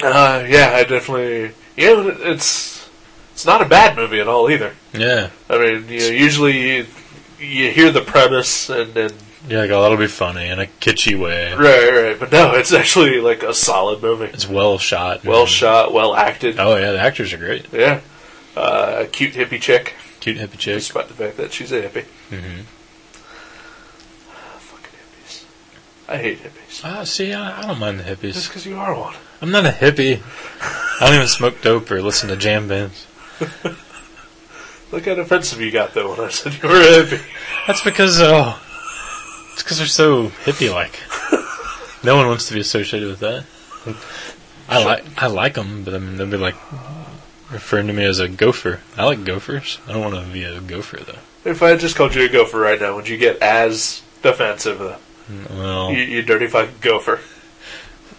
Speaker 1: Uh, yeah, I definitely. You know, it- it's it's not a bad movie at all either.
Speaker 2: Yeah,
Speaker 1: I mean, you know, usually you, you hear the premise and then
Speaker 2: yeah. Like, oh, that'll be funny in a kitschy way.
Speaker 1: right, right, but no, it's actually like a solid movie.
Speaker 2: It's well shot.
Speaker 1: Well
Speaker 2: and-
Speaker 1: shot, well acted.
Speaker 2: Oh yeah, the actors are great.
Speaker 1: Yeah, uh, a cute hippie chick,
Speaker 2: Cute hippie chick.
Speaker 1: despite the fact that she's a hippie.
Speaker 2: Mm-hmm.
Speaker 1: Fucking hippies! I hate hippies.
Speaker 2: Ah, see, I, I don't mind the
Speaker 1: Just
Speaker 2: hippies.
Speaker 1: because you are one.
Speaker 2: I'm not a hippie. I don't even smoke dope or listen to jam bands.
Speaker 1: Look how offensive you got though when I said you were a hippie.
Speaker 2: That's because oh, it's because they're so hippie like. no one wants to be associated with that. I like I like them, but I mean they'll be like referring to me as a gopher. I like gophers. I don't want to be a gopher though.
Speaker 1: If I just called you a gopher right now, would you get as defensive? Uh, you,
Speaker 2: Well,
Speaker 1: you dirty fucking gopher.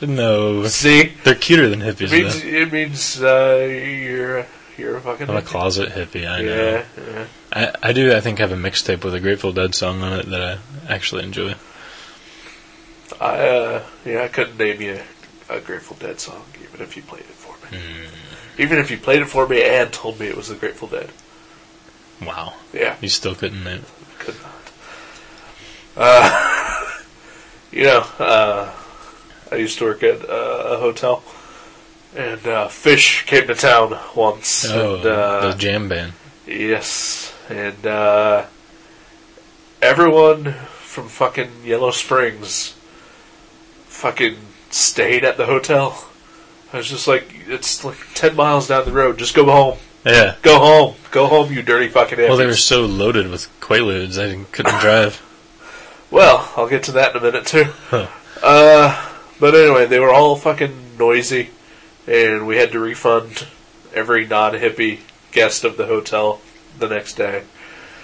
Speaker 2: no,
Speaker 1: See,
Speaker 2: they're cuter than
Speaker 1: It
Speaker 2: hippies.
Speaker 1: means
Speaker 2: Though.
Speaker 1: it means uh, you're you're a fucking.
Speaker 2: I'm a closet hippie. I know.
Speaker 1: yeah, yeah.
Speaker 2: I, I do. I think have a mixtape with a Grateful Dead song on it that I actually enjoy.
Speaker 1: I uh, yeah, I couldn't name you a Grateful Dead song, even if you played it for me.
Speaker 2: Hmm.
Speaker 1: Even if you played it for me and told me it was the Grateful Dead.
Speaker 2: Wow,
Speaker 1: Yeah,
Speaker 2: you still couldn't name it.
Speaker 1: could not. Uh, you know, uh, I used to work at uh, a hotel, and uh, Fish came to town once.
Speaker 2: Oh,
Speaker 1: and, uh,
Speaker 2: the jam band.
Speaker 1: Yes, and uh, everyone from fucking Yellow Springs fucking stayed at the hotel. I was just like, it's like ten miles down the road. Just go home,
Speaker 2: Yeah.
Speaker 1: go home, go home, you dirty fucking.
Speaker 2: Well, they were
Speaker 1: hippies.
Speaker 2: so loaded with Quaaludes, they couldn't drive.
Speaker 1: Well, I'll get to that in a minute too.
Speaker 2: Huh.
Speaker 1: Uh, but anyway, they were all fucking noisy, and we had to refund every non-hippie guest of the hotel the next day.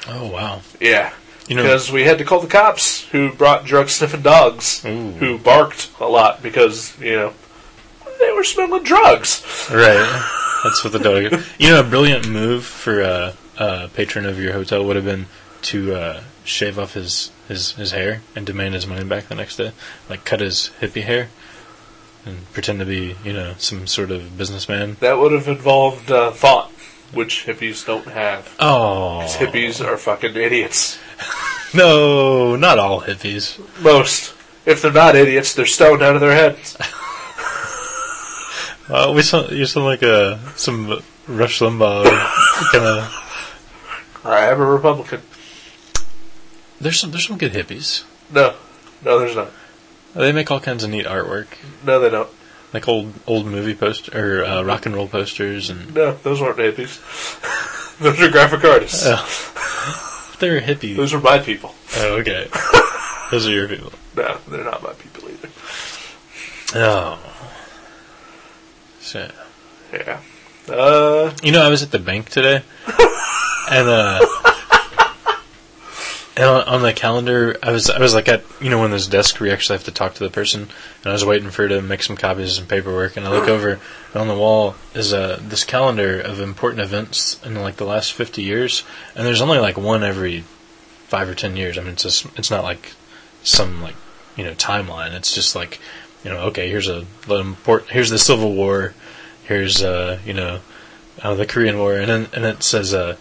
Speaker 2: Oh wow!
Speaker 1: Yeah.
Speaker 2: You know,
Speaker 1: because we had to call the cops who brought drug sniffing dogs
Speaker 2: Ooh.
Speaker 1: who barked a lot because you know they were smelling drugs.
Speaker 2: right? That's what the dog. You know, a brilliant move for a, a patron of your hotel would have been to uh, shave off his, his his hair and demand his money back the next day. Like cut his hippie hair and pretend to be you know some sort of businessman.
Speaker 1: That would have involved uh, thought, which hippies don't have.
Speaker 2: Oh,
Speaker 1: Hippies are fucking idiots.
Speaker 2: No, not all hippies.
Speaker 1: Most, if they're not idiots, they're stoned out of their heads.
Speaker 2: Uh, we sound, you sound like a some Rush Limbaugh kind of.
Speaker 1: I am a Republican.
Speaker 2: There's some there's some good hippies.
Speaker 1: No, no, there's not.
Speaker 2: They make all kinds of neat artwork.
Speaker 1: No, they don't.
Speaker 2: like old old movie post or uh, rock and roll posters, and
Speaker 1: No, those weren't hippies. those are graphic artists.
Speaker 2: they're hippie.
Speaker 1: Those are my people.
Speaker 2: oh, okay, those are your people.
Speaker 1: No, they're not my people either.
Speaker 2: Oh, so
Speaker 1: Yeah. Uh,
Speaker 2: you know, I was at the bank today, and uh, and on, on the calendar, I was I was like at you know one of those desks where you actually have to talk to the person, and I was waiting for her to make some copies of some paperwork, and I look over, and on the wall is uh, this calendar of important events in like the last fifty years, and there's only like one every five or ten years. I mean, it's just, it's not like some like you know timeline. It's just like you know, okay, here's a the import, here's the Civil War, here's uh, you know uh, the Korean War, and then and it says uh,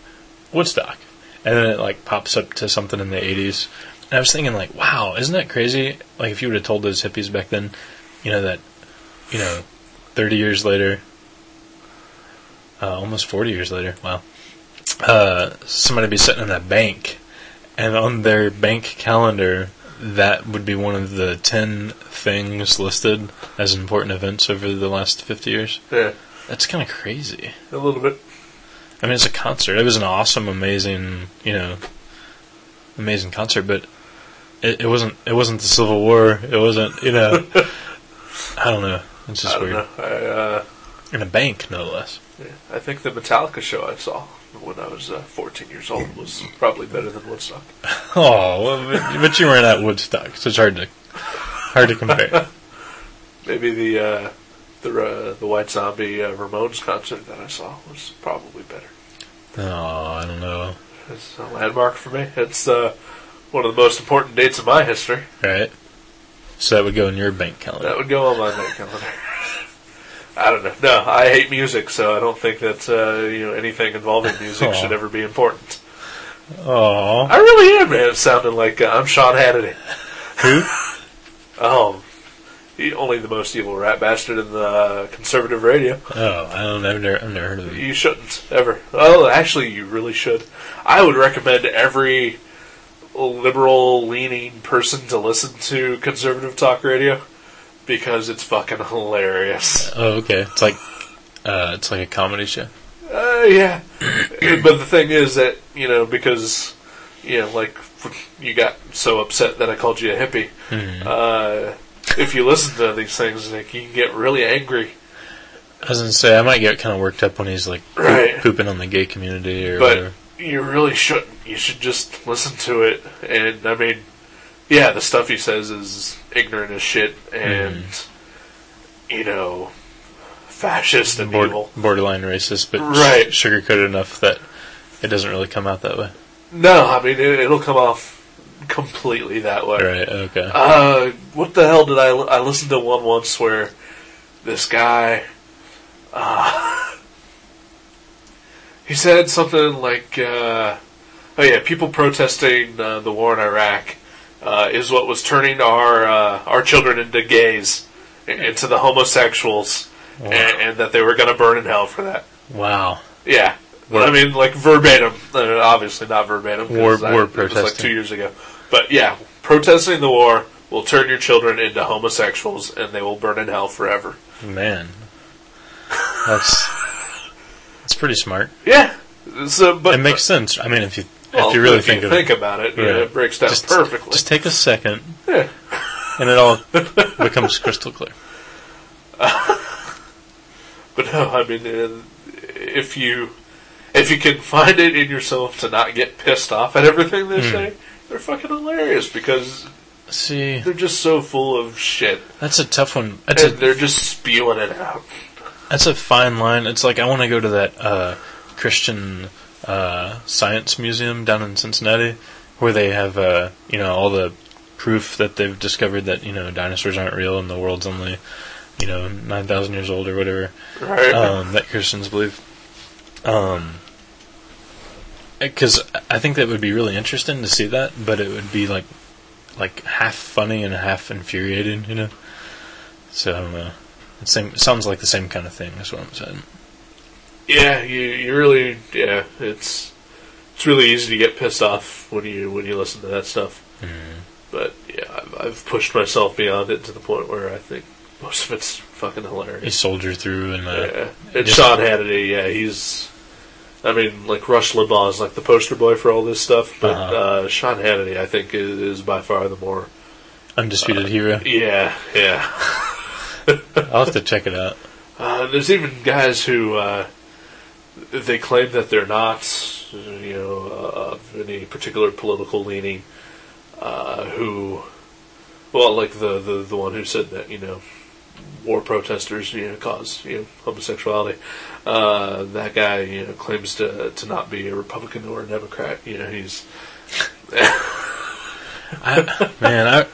Speaker 2: Woodstock, and then it like pops up to something in the '80s. And I was thinking like, wow, isn't that crazy? Like if you would have told those hippies back then, you know that, you know, 30 years later, uh, almost 40 years later, wow, uh, somebody would be sitting in a bank, and on their bank calendar. That would be one of the ten things listed as important events over the last fifty years.
Speaker 1: Yeah,
Speaker 2: That's kind of crazy.
Speaker 1: a little bit.
Speaker 2: I mean, it's a concert. It was an awesome, amazing, you know, amazing concert. But it, it wasn't. It wasn't the Civil War. It wasn't. You know, I don't know. It's
Speaker 1: I
Speaker 2: just
Speaker 1: don't
Speaker 2: weird.
Speaker 1: know. I, uh,
Speaker 2: In a bank, no less.
Speaker 1: yeah. I think the Metallica show I saw when I was uh, 14 years old was probably better than Woodstock.
Speaker 2: Oh, well, but, but you weren't at Woodstock, so it's hard to hard to compare.
Speaker 1: Maybe the uh, the uh, the White Zombie uh, Ramones concert that I saw was probably better.
Speaker 2: Oh, I don't know.
Speaker 1: It's a landmark for me. It's uh, one of the most important dates of my history.
Speaker 2: Right. So that would go in your bank calendar.
Speaker 1: That would go on my night calendar. I don't know. No, I hate music, so I don't think that uh, you know anything involving music
Speaker 2: Aw.
Speaker 1: should ever be important.
Speaker 2: Oh,
Speaker 1: I really am, man. It sounded like uh, I'm Sean Hannity.
Speaker 2: who?
Speaker 1: Um, the, only the most evil rat bastard in the uh, conservative radio.
Speaker 2: Oh, I don't. I've never. I've never heard of you.
Speaker 1: You shouldn't ever. Well, actually, you really should. I would recommend every liberal-leaning person to listen to conservative talk radio because it's fucking hilarious.
Speaker 2: Oh, okay. It's like uh, it's like a comedy show.
Speaker 1: Uh, yeah. but the thing is that, you know, because, you know, like, you got so upset that I called you a hippie. Uh, if you listen to these things, like, you can get really angry.
Speaker 2: I was gonna say I might get kind of worked up when he's like poop-
Speaker 1: Right.
Speaker 2: pooping on the gay community or
Speaker 1: But
Speaker 2: whatever.
Speaker 1: you really shouldn't. You should just listen to it. And, I mean, yeah, the stuff he says is ignorant as shit and, you know, fascist and
Speaker 2: Bord-
Speaker 1: evil.
Speaker 2: borderline racist, but
Speaker 1: Right.
Speaker 2: s- sugarcoated enough that it doesn't really come out that way.
Speaker 1: No, I mean, it, it'll come off completely that way.
Speaker 2: Right? Okay.
Speaker 1: Uh, what the hell did I? I listened to one once where this guy, uh, he said something like, uh, "Oh yeah, people protesting uh, the war in Iraq uh, is what was turning our uh, our children into gays, i- into the homosexuals,
Speaker 2: Wow.
Speaker 1: and, and that they were going to burn in hell for that."
Speaker 2: wow.
Speaker 1: Yeah.
Speaker 2: War-
Speaker 1: I mean, like verbatim. Uh, obviously not verbatim. 'cause
Speaker 2: War-
Speaker 1: I-
Speaker 2: war
Speaker 1: It was like
Speaker 2: protesting.
Speaker 1: two years ago. But yeah, protesting the war will turn your children into homosexuals and they will burn in hell forever.
Speaker 2: Man, that's that's pretty smart.
Speaker 1: Yeah. So, but uh,
Speaker 2: It makes sense. I mean, if you
Speaker 1: well,
Speaker 2: if you really
Speaker 1: if
Speaker 2: think
Speaker 1: you
Speaker 2: of it,
Speaker 1: think about it, yeah,
Speaker 2: Yeah.
Speaker 1: it breaks down
Speaker 2: just,
Speaker 1: perfectly.
Speaker 2: Just take a second,
Speaker 1: Yeah.
Speaker 2: and it all becomes crystal clear.
Speaker 1: But no, I mean, uh, if you if you can find it in yourself to not get pissed off at everything they
Speaker 2: Hmm.
Speaker 1: say, they're fucking hilarious because
Speaker 2: See,
Speaker 1: they're just so full of shit
Speaker 2: that's a tough one. That's
Speaker 1: and
Speaker 2: a
Speaker 1: they're just spewing it out.
Speaker 2: That's a fine line. It's like I want to go to that uh, Christian uh, Science Museum down in Cincinnati, where they have uh, you know all the proof that they've discovered that you know dinosaurs aren't real and the world's only you know nine thousand years old or whatever
Speaker 1: Right?
Speaker 2: um, that Christians believe. Um, because I think that would be really interesting to see that, but it would be like like half funny and half infuriating, you know. So I don't know. It same sounds like the same kind of thing. That's what I'm saying.
Speaker 1: Yeah, you you really yeah, it's it's really easy to get pissed off when you when you listen to that stuff. But yeah, I've, I've pushed myself beyond it to the point where I think most of it's fucking
Speaker 2: He
Speaker 1: hilarious.
Speaker 2: soldiered through, and uh,
Speaker 1: yeah. And
Speaker 2: just-
Speaker 1: Sean Hannity, yeah, he's I mean, like Rush Limbaugh is like the poster boy for all this stuff, but
Speaker 2: Uh-huh.
Speaker 1: uh, Sean Hannity, I think, is, is by far the more
Speaker 2: undisputed hero.
Speaker 1: yeah, yeah.
Speaker 2: I'll have to check it out.
Speaker 1: Uh, there's even guys who uh, they claim that they're not, you know, uh, of any particular political leaning. Uh, who, well, like the, the the one who said that you know, war protesters you know cause you know homosexuality. Uh, that guy you know claims to to not be a Republican or a Democrat. You know, he's
Speaker 2: I, man, I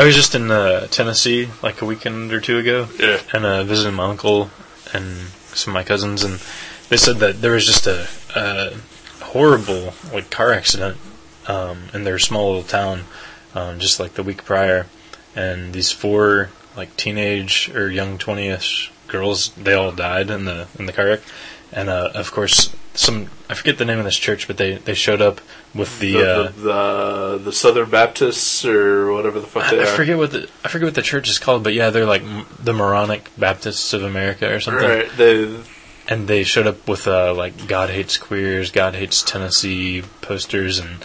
Speaker 2: I was just in uh, Tennessee like a weekend or two ago,
Speaker 1: yeah
Speaker 2: and uh, visiting my uncle and some of my cousins, and they said that there was just a, a horrible like car accident um, in their small little town, um, just like the week prior, and these four like teenage or young twentyish girls, they all died in the in the car wreck, and uh, of course some I forget the name of this church, but they they showed up with the. uh,
Speaker 1: the, the, the Southern Baptists or whatever the fuck
Speaker 2: I,
Speaker 1: they
Speaker 2: I
Speaker 1: are.
Speaker 2: forget what the I forget what the church is called, but yeah, they're like m- the Moronic Baptists of America or something.
Speaker 1: Right, they,
Speaker 2: And they showed up with uh, like "God hates queers," "God hates Tennessee" posters and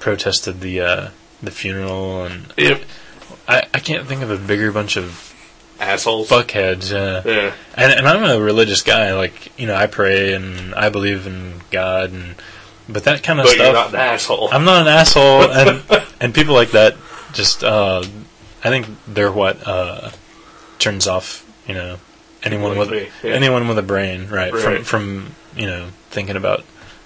Speaker 2: protested the uh, the funeral. And
Speaker 1: yep,
Speaker 2: I, I can't think of a bigger bunch of
Speaker 1: assholes.
Speaker 2: fuckheads. Uh,
Speaker 1: Yeah,
Speaker 2: and and I'm a religious guy. Like you know, I pray and I believe in God. And but that kind of
Speaker 1: but
Speaker 2: stuff.
Speaker 1: you're not an asshole.
Speaker 2: I'm not an asshole, and and people like that just uh, I think they're what uh, turns off you know anyone
Speaker 1: Like
Speaker 2: with
Speaker 1: me, yeah.
Speaker 2: anyone with a brain, right, From
Speaker 1: Right.
Speaker 2: from you know thinking about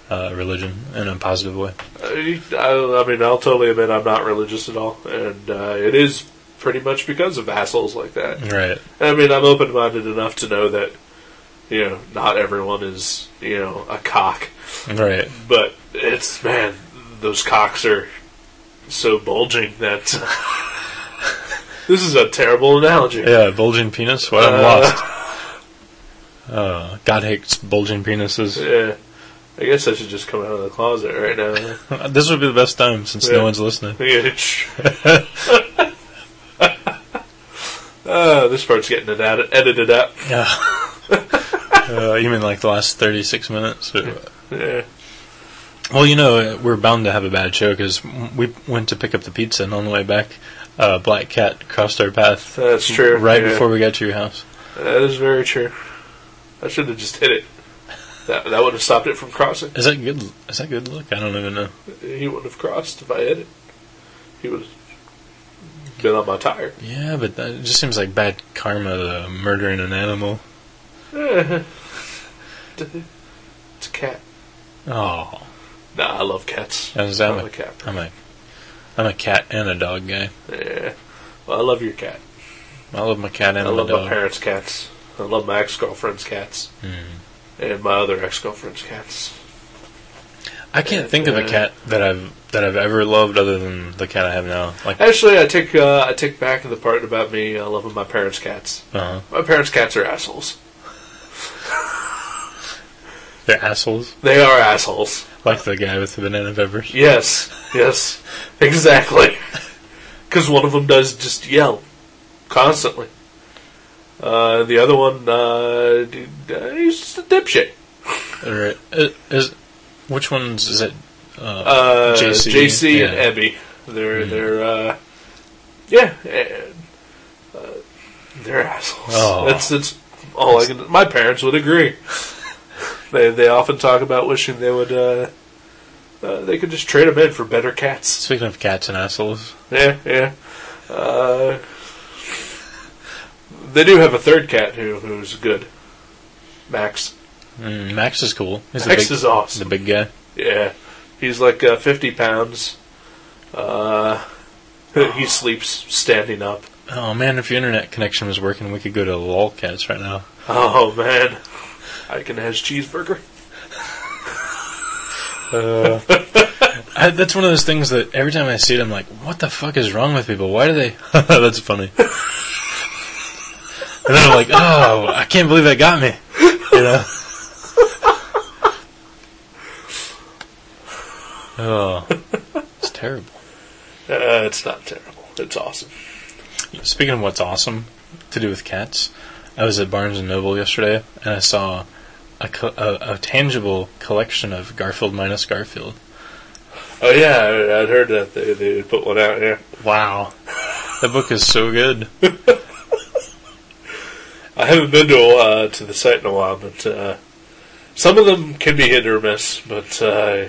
Speaker 2: uh, religion in a positive way.
Speaker 1: I, I mean, I'll totally admit I'm not religious at all, and uh, it is pretty much because of assholes like that.
Speaker 2: Right,
Speaker 1: I mean, I'm open minded enough to know that you know not everyone is you know a cock,
Speaker 2: right.
Speaker 1: but it's man, those cocks are so bulging that this is a terrible analogy.
Speaker 2: Yeah, bulging penis. What I'm
Speaker 1: Uh,
Speaker 2: lost. Uh, God hates bulging penises.
Speaker 1: Yeah. I guess I should just come out of the closet right now.
Speaker 2: this would be the best time since
Speaker 1: Yeah.
Speaker 2: no one's listening.
Speaker 1: Yeah, sh- uh, this part's getting it out, edited out.
Speaker 2: Yeah. uh, you mean like the last 36 minutes? Or,
Speaker 1: Yeah.
Speaker 2: Well, you know, uh, we're bound to have a bad show because we went to pick up the pizza, and on the way back, uh, Black Cat crossed our path.
Speaker 1: That's true,
Speaker 2: Right
Speaker 1: yeah.
Speaker 2: before we got to your house.
Speaker 1: That is very true. I should have just hit it. That, that would have stopped it from crossing.
Speaker 2: Is that good? Is that good luck? I don't even know.
Speaker 1: He wouldn't have crossed if I hit it. He would have been on my tire.
Speaker 2: Yeah, but that it just seems like bad karma, uh, murdering an animal.
Speaker 1: Eh. it's a cat.
Speaker 2: Oh,
Speaker 1: Nah, I love cats.
Speaker 2: I was-
Speaker 1: I'm
Speaker 2: I'm a-
Speaker 1: a cat.
Speaker 2: I'm a, I'm a cat and a dog guy.
Speaker 1: Yeah. Well, I love your cat.
Speaker 2: I love my cat and
Speaker 1: I
Speaker 2: my
Speaker 1: love my
Speaker 2: dog.
Speaker 1: parents' cats. I love my ex girlfriend's cats.
Speaker 2: Hmm.
Speaker 1: And my other ex girlfriend's cats.
Speaker 2: I can't think of a
Speaker 1: Yeah.
Speaker 2: cat that I've that I've ever loved other than the cat I have now. Like,
Speaker 1: Actually, I take uh, I take back the part about me uh, loving my parents' cats.
Speaker 2: uh,
Speaker 1: My parents' cats are assholes.
Speaker 2: they're assholes.
Speaker 1: They are assholes.
Speaker 2: Like the guy with the banana peppers.
Speaker 1: Yes, yes, exactly. Because one of them does just yell constantly. Uh, the other one, uh, d- uh, he's just a dipshit.
Speaker 2: Or uh, is which ones is it? Uh,
Speaker 1: Uh,
Speaker 2: JC,
Speaker 1: JC,
Speaker 2: yeah.
Speaker 1: and Ebby. They're they're uh, yeah, eh, uh, they're assholes.
Speaker 2: Oh.
Speaker 1: That's that's all I can. My parents would agree. they they often talk about wishing they would. Uh, uh, they could just trade them in for better cats.
Speaker 2: speaking of cats and assholes,
Speaker 1: Yeah, yeah. Uh, they do have a third cat who who's good. Max.
Speaker 2: mm, Max is cool. He's the
Speaker 1: Max
Speaker 2: big,
Speaker 1: is awesome.
Speaker 2: the big guy.
Speaker 1: Yeah, he's like uh, fifty pounds. Uh, he sleeps standing up.
Speaker 2: Oh man, if your internet connection was working, we could go to lolcats right now.
Speaker 1: Oh man, I can has cheeseburger. Uh.
Speaker 2: I, that's one of those things that every time I see it, I'm like, what the fuck is wrong with people? Why do they? that's funny. and then I'm like, oh, I can't believe that got me. You know. oh, it's terrible.
Speaker 1: Uh, it's not terrible. It's awesome.
Speaker 2: Speaking of what's awesome to do with cats, I was at Barnes and Noble yesterday and I saw a, co- a, a tangible collection of Garfield minus Garfield.
Speaker 1: Oh yeah, I, I'd heard that they they put one out. Yeah,
Speaker 2: Wow, that book is so good.
Speaker 1: I haven't been to uh, to the site in a while, but uh, some of them can be hit or miss. But uh,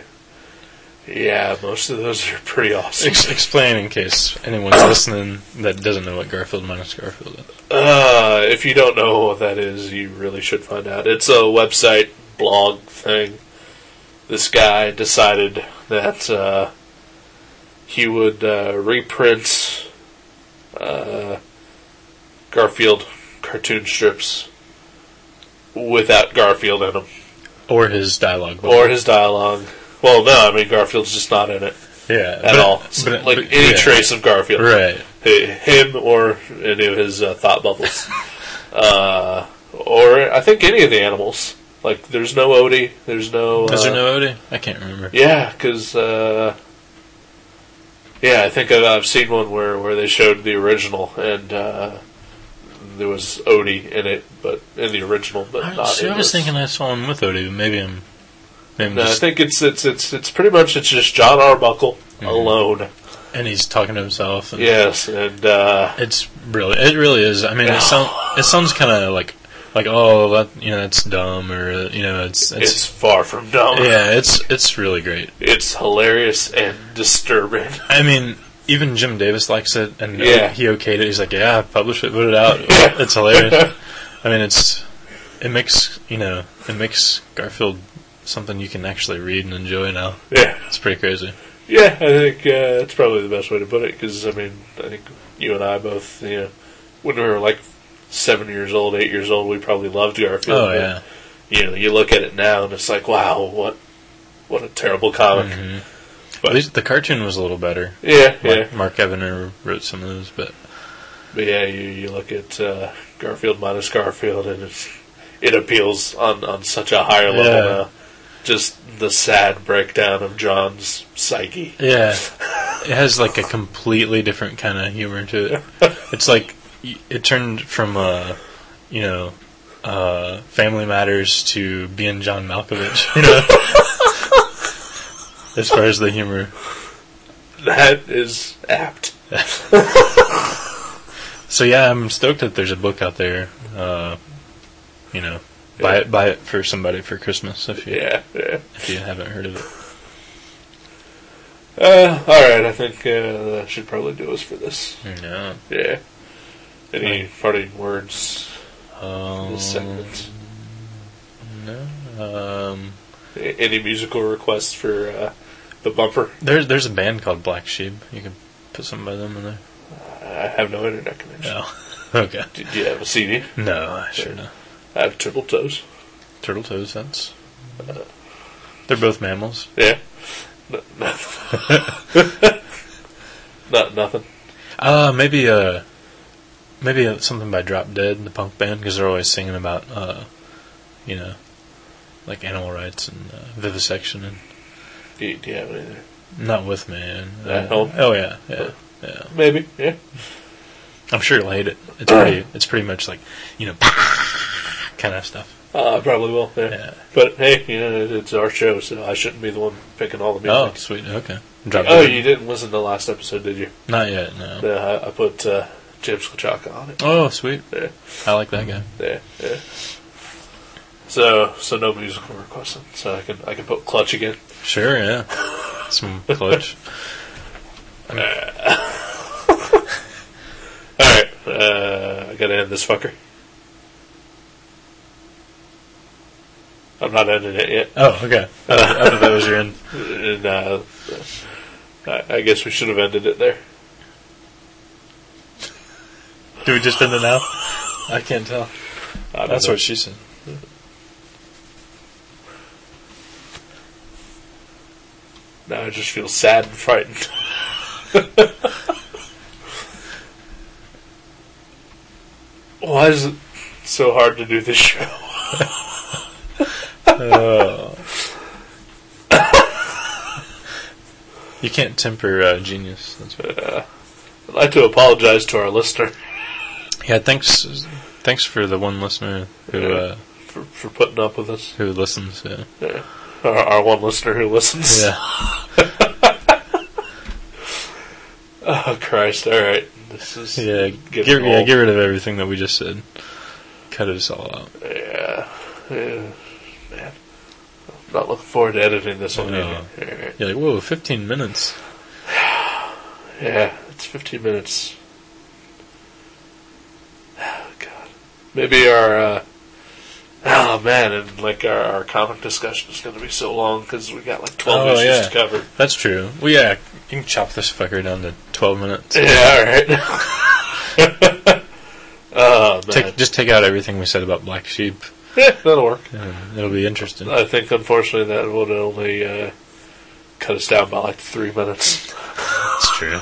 Speaker 1: yeah, most of those are pretty awesome.
Speaker 2: Ex- explain in case anyone's listening that doesn't know what Garfield minus Garfield is.
Speaker 1: Uh, if you don't know what that is, you really should find out. It's a website blog thing. This guy decided that uh, he would uh, reprint uh, Garfield cartoon strips without Garfield in him
Speaker 2: or his dialogue, but-
Speaker 1: or his dialogue. Well, no, I mean Garfield's just not in it at
Speaker 2: yeah, but-
Speaker 1: all. So,
Speaker 2: but-
Speaker 1: like
Speaker 2: but-
Speaker 1: any
Speaker 2: yeah.
Speaker 1: trace of Garfield,
Speaker 2: right?
Speaker 1: Hi- him or any of his uh, thought bubbles, uh, or I think any of the animals. Like there's no Odie, there's no.
Speaker 2: Is there
Speaker 1: uh,
Speaker 2: no Odie? I can't remember.
Speaker 1: Yeah, because uh, yeah, I think I've, I've seen one where where they showed the original and uh, there was Odie in it, but in the original, but
Speaker 2: I,
Speaker 1: not.
Speaker 2: see,
Speaker 1: in
Speaker 2: I was
Speaker 1: this.
Speaker 2: thinking I saw him with Odie, but maybe I'm. Maybe I'm
Speaker 1: No, I
Speaker 2: just,
Speaker 1: think it's it's it's it's pretty much it's just John Arbuckle
Speaker 2: Mhm.
Speaker 1: alone.
Speaker 2: and he's talking to himself. And
Speaker 1: Yes, and uh,
Speaker 2: It's really, it really is. I mean, it sounds, it sounds kind of like, like oh, that, you know, it's dumb, or uh, you know, it's,
Speaker 1: it's,
Speaker 2: it's,
Speaker 1: far from dumb.
Speaker 2: yeah, it's, it's really great.
Speaker 1: It's hilarious and disturbing.
Speaker 2: I mean, even Jim Davis likes it, and
Speaker 1: Yeah.
Speaker 2: he okayed it. He's like, yeah, publish it, put it out.
Speaker 1: Yeah.
Speaker 2: It's hilarious. I mean, it's, it makes, you know, it makes Garfield something you can actually read and enjoy now.
Speaker 1: yeah,
Speaker 2: It's pretty crazy.
Speaker 1: yeah. I think uh, that's probably the best way to put it. Because I mean, I think you and I both, you know, when we were like seven years old, eight years old, we probably loved Garfield.
Speaker 2: Oh
Speaker 1: but,
Speaker 2: yeah.
Speaker 1: You know, you look at it now, and it's like, wow, what, what a terrible comic.
Speaker 2: Mhm.
Speaker 1: But-
Speaker 2: At least the cartoon was a little better.
Speaker 1: Yeah, yeah.
Speaker 2: Mark, Mark Evans wrote some of those, but
Speaker 1: But yeah, you, you look at uh, Garfield minus Garfield, and it's, it appeals on, on such a higher level
Speaker 2: Yeah.
Speaker 1: now. Just the sad breakdown of John's psyche.
Speaker 2: yeah, it has like a completely different kind of humor to it. It's like y- it turned from uh, you know, uh, Family Matters to being John Malkovich. You know, as far as the humor.
Speaker 1: That is apt.
Speaker 2: So yeah, I'm stoked that there's a book out there. Uh, you know, buy it, buy it for somebody for Christmas if you
Speaker 1: Yeah, yeah.
Speaker 2: if you haven't heard of it.
Speaker 1: Uh, all right, I think uh, that should probably do us for this.
Speaker 2: Yeah.
Speaker 1: Yeah. Any parting words for
Speaker 2: Um,
Speaker 1: this segment?
Speaker 2: no. Um,
Speaker 1: A- Any musical requests for uh, the bumper?
Speaker 2: there's there's a band called Black Sheep. You can put something by them in there.
Speaker 1: I have no internet connection.
Speaker 2: No. Oh, okay.
Speaker 1: Do, do you have a CD?
Speaker 2: No, I sure not.
Speaker 1: I have Turtle Toes.
Speaker 2: Turtle toes. That's. uh, They're both mammals.
Speaker 1: Yeah. No, no. Not nothing.
Speaker 2: Uh, maybe uh, maybe uh, something by Drop Dead, the punk band, because they're always singing about uh, you know, like animal rights and uh, vivisection, and
Speaker 1: Do you, do you have anything?
Speaker 2: not with me. And, uh,
Speaker 1: At home?
Speaker 2: Oh yeah, yeah, yeah.
Speaker 1: Maybe. Yeah.
Speaker 2: I'm sure you'll hate it. It's pretty. It's pretty much like you know, kind of stuff.
Speaker 1: Uh, I probably will. Yeah.
Speaker 2: Yeah.
Speaker 1: But hey, you know it- it's our show, so I shouldn't be the one picking all the
Speaker 2: Oh,
Speaker 1: music.
Speaker 2: sweet. Okay. Drop
Speaker 1: Oh,
Speaker 2: it.
Speaker 1: you didn't listen to the last episode, did you?
Speaker 2: Not yet. No.
Speaker 1: No, I, I put uh, James Kachaka on it.
Speaker 2: Oh, sweet.
Speaker 1: Yeah.
Speaker 2: I like that guy.
Speaker 1: Yeah, yeah. So, so no musical requests. then. So I can I can put Clutch again.
Speaker 2: Sure. Yeah. Some clutch.
Speaker 1: All right, uh, I gotta end this fucker. I'm not ending it yet.
Speaker 2: Oh, okay. I thought- I thought that was your end.
Speaker 1: and uh, I, I guess we should have ended it there.
Speaker 2: Do we just end it now? I can't tell.
Speaker 1: I don't
Speaker 2: That's
Speaker 1: know.
Speaker 2: what she said.
Speaker 1: Now I just feel sad and frightened. Why is it so hard to do this show?
Speaker 2: Oh. you can't temper uh, genius. That's what.
Speaker 1: I'd like to apologize to our listener
Speaker 2: Yeah. Thanks. Thanks for the one listener who uh,
Speaker 1: for, for putting up with us.
Speaker 2: who listens. Yeah.
Speaker 1: Our, our one listener who listens.
Speaker 2: yeah.
Speaker 1: Oh, Christ. All right. This is.
Speaker 2: Yeah.
Speaker 1: Get
Speaker 2: Get, yeah.
Speaker 1: old.
Speaker 2: Get rid of everything that we just said. Cut us all out.
Speaker 1: Yeah. Yeah. uh, Man. I'm not looking forward to editing this one.
Speaker 2: No.
Speaker 1: either. All right.
Speaker 2: You're like, whoa, 15 minutes.
Speaker 1: Yeah, it's 15 minutes. Oh, God. Maybe our, uh, oh man, and like our, our comic discussion is going to be so long because we got like 12
Speaker 2: Oh,
Speaker 1: issues
Speaker 2: yeah.
Speaker 1: to cover.
Speaker 2: That's true. Well, yeah, you can chop this fucker down to 12 minutes.
Speaker 1: Yeah, alright. oh, man. Oh,
Speaker 2: Take, just take out everything we said about Black Sheep.
Speaker 1: That'll work.
Speaker 2: Yeah, it'll be interesting.
Speaker 1: I think, unfortunately, that would only uh, cut us down by like three minutes.
Speaker 2: That's true.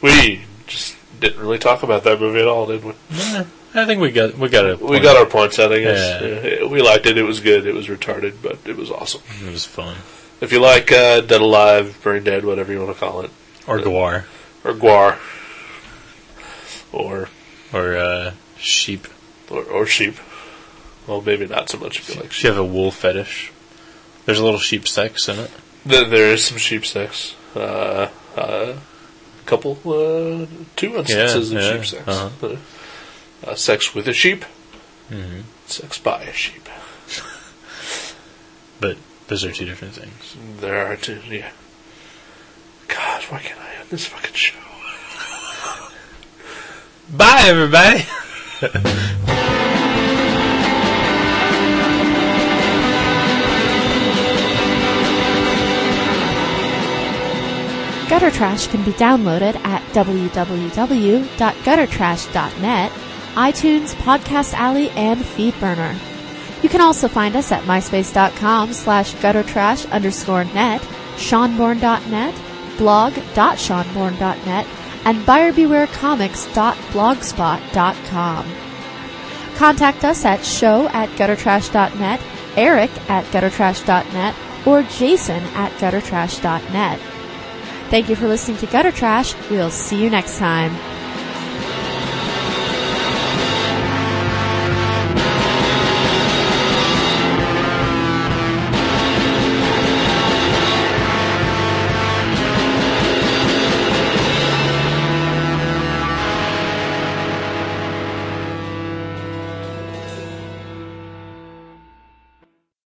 Speaker 1: We just didn't really talk about that movie at all, did we?
Speaker 2: Yeah, I think we got we got it.
Speaker 1: We got our points, I think. it's-
Speaker 2: Yeah.
Speaker 1: yeah, we liked it. It was good. It was retarded, but it was awesome.
Speaker 2: It was fun.
Speaker 1: If you like uh, Dead Alive, Brain Dead, whatever you want to call it,
Speaker 2: Or Gwar.
Speaker 1: or Guar, or
Speaker 2: Or uh, sheep.
Speaker 1: or, or Sheep. Well, maybe not so much if you like
Speaker 2: She
Speaker 1: sheep.
Speaker 2: have a wool fetish. There's a little sheep sex in it.
Speaker 1: There, there is some sheep sex. Uh, uh, couple, uh, two instances
Speaker 2: Yeah,
Speaker 1: of
Speaker 2: yeah,
Speaker 1: sheep sex.
Speaker 2: uh-huh.
Speaker 1: Uh, sex with a sheep,
Speaker 2: Mm-hmm.
Speaker 1: sex by a sheep.
Speaker 2: But those are two different things.
Speaker 1: There are two, yeah. God, why can't I end this fucking show?
Speaker 2: Bye, everybody.
Speaker 3: Gutter Trash can be downloaded at www.guttertrash.net, iTunes, Podcast Alley, and FeedBurner. You can also find us at myspace.com slash guttertrash underscore net, seanborn.net, blog.seanborn.net, and buyerbewarecomics.blogspot.com. Contact us at show at guttertrash.net, eric at guttertrash.net, or jason at guttertrash.net. Thank you for listening to Gutter Trash. We'll see you next time.